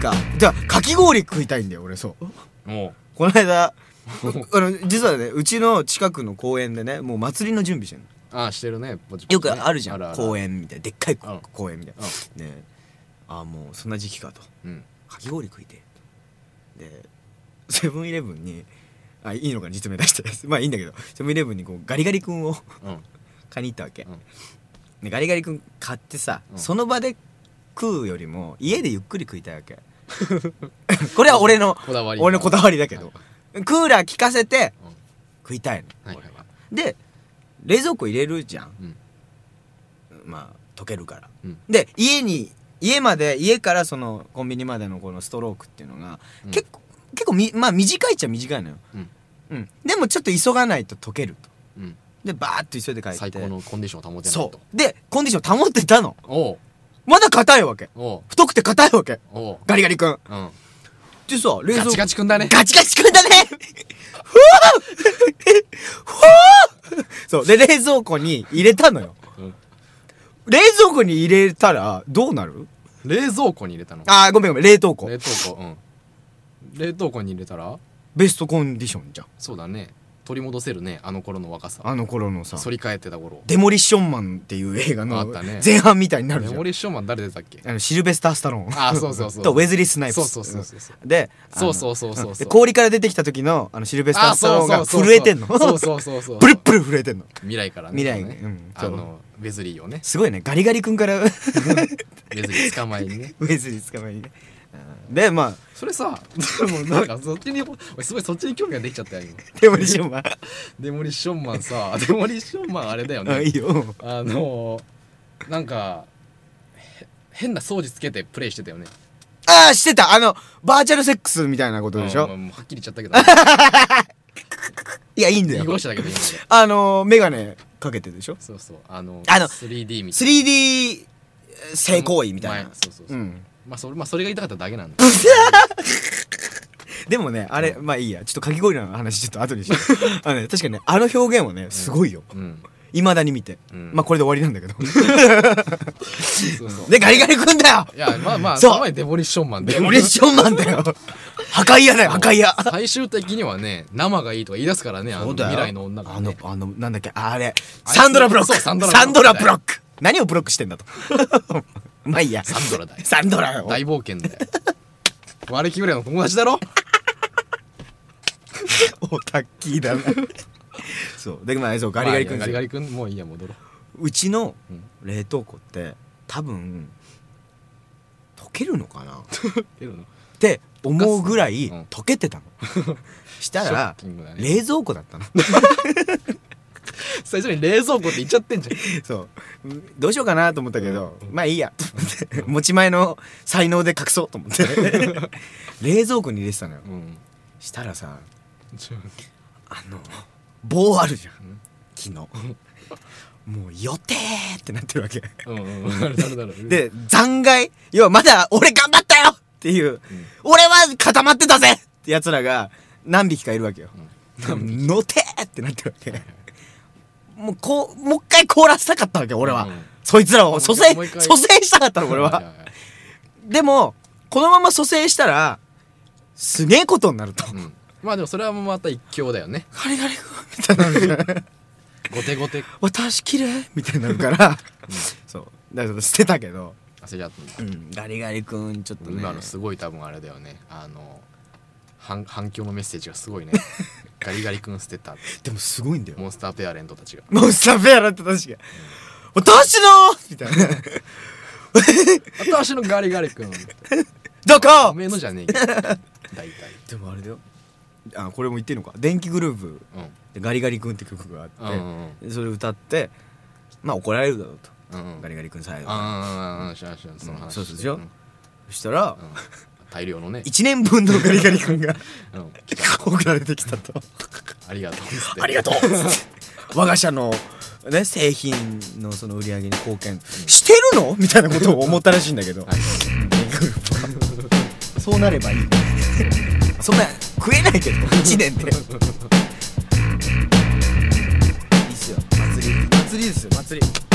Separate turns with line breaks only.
かじゃあかき氷食いたいんだよ俺そう
も
この間あの実はねうちの近くの公園でねもう祭りの準備してるの
うああしてるねぼちぼちね
よくあるじゃん、
るある
公園みたいなでっかい
うん
公園みたいな、ねああもうそんな時期かと
うん
かき氷食いてえでセブンイレブンにあいいのかな実名出して まあいいんだけどセブンイレブンにこうガリガリ君を
うん
買いに行ったわけ、
うん
でガリガリ君買ってさ、
うん
その場で食うよりも家でゆっくり食いたいわけ これは俺の
こだわり
俺のこだわりだけど、クーラー効かせて
うん
食いたいの、
はい
俺はで冷蔵庫入れるじゃん
うん
まあ溶けるから、
うん
で家に家まで家からそのコンビニまでのこのストロークっていうのが、
うん
結構結構みまあ短いっちゃ短いのよ、
うん
うんでもちょっと急がないと溶けると
うん
でバーッと急いで帰って
最高のコンディションを保てないと
そうでコンディション保ってたの
おう
まだ硬いわけ
おう
太くて硬いわけ
おう
ガリガリ君
うん
でさ冷
ガ
蔵庫
チガチくんだね
ガチガチくんだねふわーふわーそう。で、冷蔵庫に入れたのよ。
うん
冷蔵庫に入れたら、どうなる
冷蔵庫に入れたの
あー、ごめんごめん、冷凍庫
冷。凍庫うん冷凍庫に入れたら
ベストコンディションじゃん。
そうだね取り戻せるねあの頃の若さ
あの頃のさ、
反り返ってた頃
デモリッションマンっていう映画
あ
の
ったね
前半みたいになる
メ
じゃ
モ
ん。
リーショーマン誰出たっけ
あのシルベスター・スタローン。
あーそうそうそう
とウェズリー・スナイプ
そ
ス。
うそうそうそうそう
うんで、あの
そうそうそうそうそうん
で氷から出てきた時のあのシルベスター・
あ
スタロー
そ
ン
う
が
そうそう
震えてんの。
そうそうそうそう
プルップル震えてんの。
未来からね
未来
こうね
うん
あのウェズリーをね
すごいね、ガリガリ君から。
ウェズリー捕まえにね
ウェズリー捕まえにね。うんで、まあ、
それさでもなんかそっちに俺すごいそっちに興味ができちゃったよ今
デモリショ ンマン。
デモリッションマン さデモリッションマンあれだよ
あ、い
ね
いよ。
あのなんかへ変な掃除つけてプレイしてたよね
ああ、してた。あの、バーチャルセックスみたいなことでし
んま
ょ
あ。もうはっきり言っちゃ ったけど
いや、いいんだ
言い
よ
越。したけど今俺
あの、メガネかけてでしょ。
そうそうあの
あの
3D みたいな
3D 性行為みたいな。
前。そうそうそううんまあそれまあそれが言いたかっただけな んだよ
でもね、あれ、まあいいや。ちょっとかき氷の話ちょっと後にしよ う。あのね、確かにね、あの表現はね、すごいよ。
うん
いまだに見て。
うん
まあこれで終わりなんだけど。
そうそう
で、ガリガリくんだよ
いやまあまあ
そう
その前にデモリッションマンで
デモリッションマンだ よ。破壊屋だよ、破壊屋。
最終的にはね生がいいとか言い出すからねあの
そう
未
だよ
来の女が
あ
ね
のあのなんだっけあれ
あいつ
サンドラブロック
そう
サ
サ
ン
ン
ド
ド
ラ
ラ
ブロック
ブロッ
何をブロックしてんだと まあいいや
サンドラだよ
サンドラよ
大冒険だよ悪気ぐらいの友達だろ
オタッキーだ なそうでまあそうガリガリ君、
まあいいやガリガリ君もういいや戻ろ
うちの
うん
冷凍庫って多分溶けるのかなっ
ううん
て思うぐらい
うん
溶けてた のしたら
ショッキングだね
冷蔵庫だったの
最初に冷蔵庫って言っちゃってんじゃん
そううんどうしようかなと思ったけど、まあいいやと 思って持ち前の才能で隠そうと思って冷蔵庫に入れてたのよ
うん
したらさ
ちょ
あの棒あるじゃん
ん
木のもう予定ってなってるわけ
うんうんなるなるな る
で残骸要はまだ俺頑張ったよっていう、俺は固まってたぜってやつらが何匹かいるわけよ、 のてーってなってるわけもうこうもう一回凍らせたかったわけ俺は、
うん
そいつらを蘇生
もう一回
蘇生したかったの俺
はい
は
はいはい
でもこのまま蘇生したらすげえことになると、
うんまあでもそれはまた一興だよね
ガリガリ君みたいになるじゃん
後手後手
私綺麗みたいになるから、そうだから捨てたけど、
焦りゃったんだ
うん、ガリガリ君ちょっとね
今のすごい多分あれだよねあの反反響のメッセージが すごいねガリガリ君捨てた
でもすごいんだよ
モンスターペアレントたちが
もうサペアラって確か私のみたいな
私のガリガリ君
ど
お
こ
めえのじ ゃねえけど大体
でもあれだよあこれも言っていいのか電気グループ
うん
でガリガリ君って曲があって、
うんうん
それ歌ってまあ怒られるだろうと、
うんうん
ガリガリ君最後
ああ知らん知らんその話
そうそうでしょ
ん
そしたら、
うん大量のね
一1年分のガリガリ君が
うん
送られてきたと
ありがとうっつって
あり がとう我が社の、ね、製品のその売り上げに貢献してるのみたいなことを思ったらしいんだけど、 そうなればいいそんな食えないけど1年でいいっすよ祭り祭りですよ祭り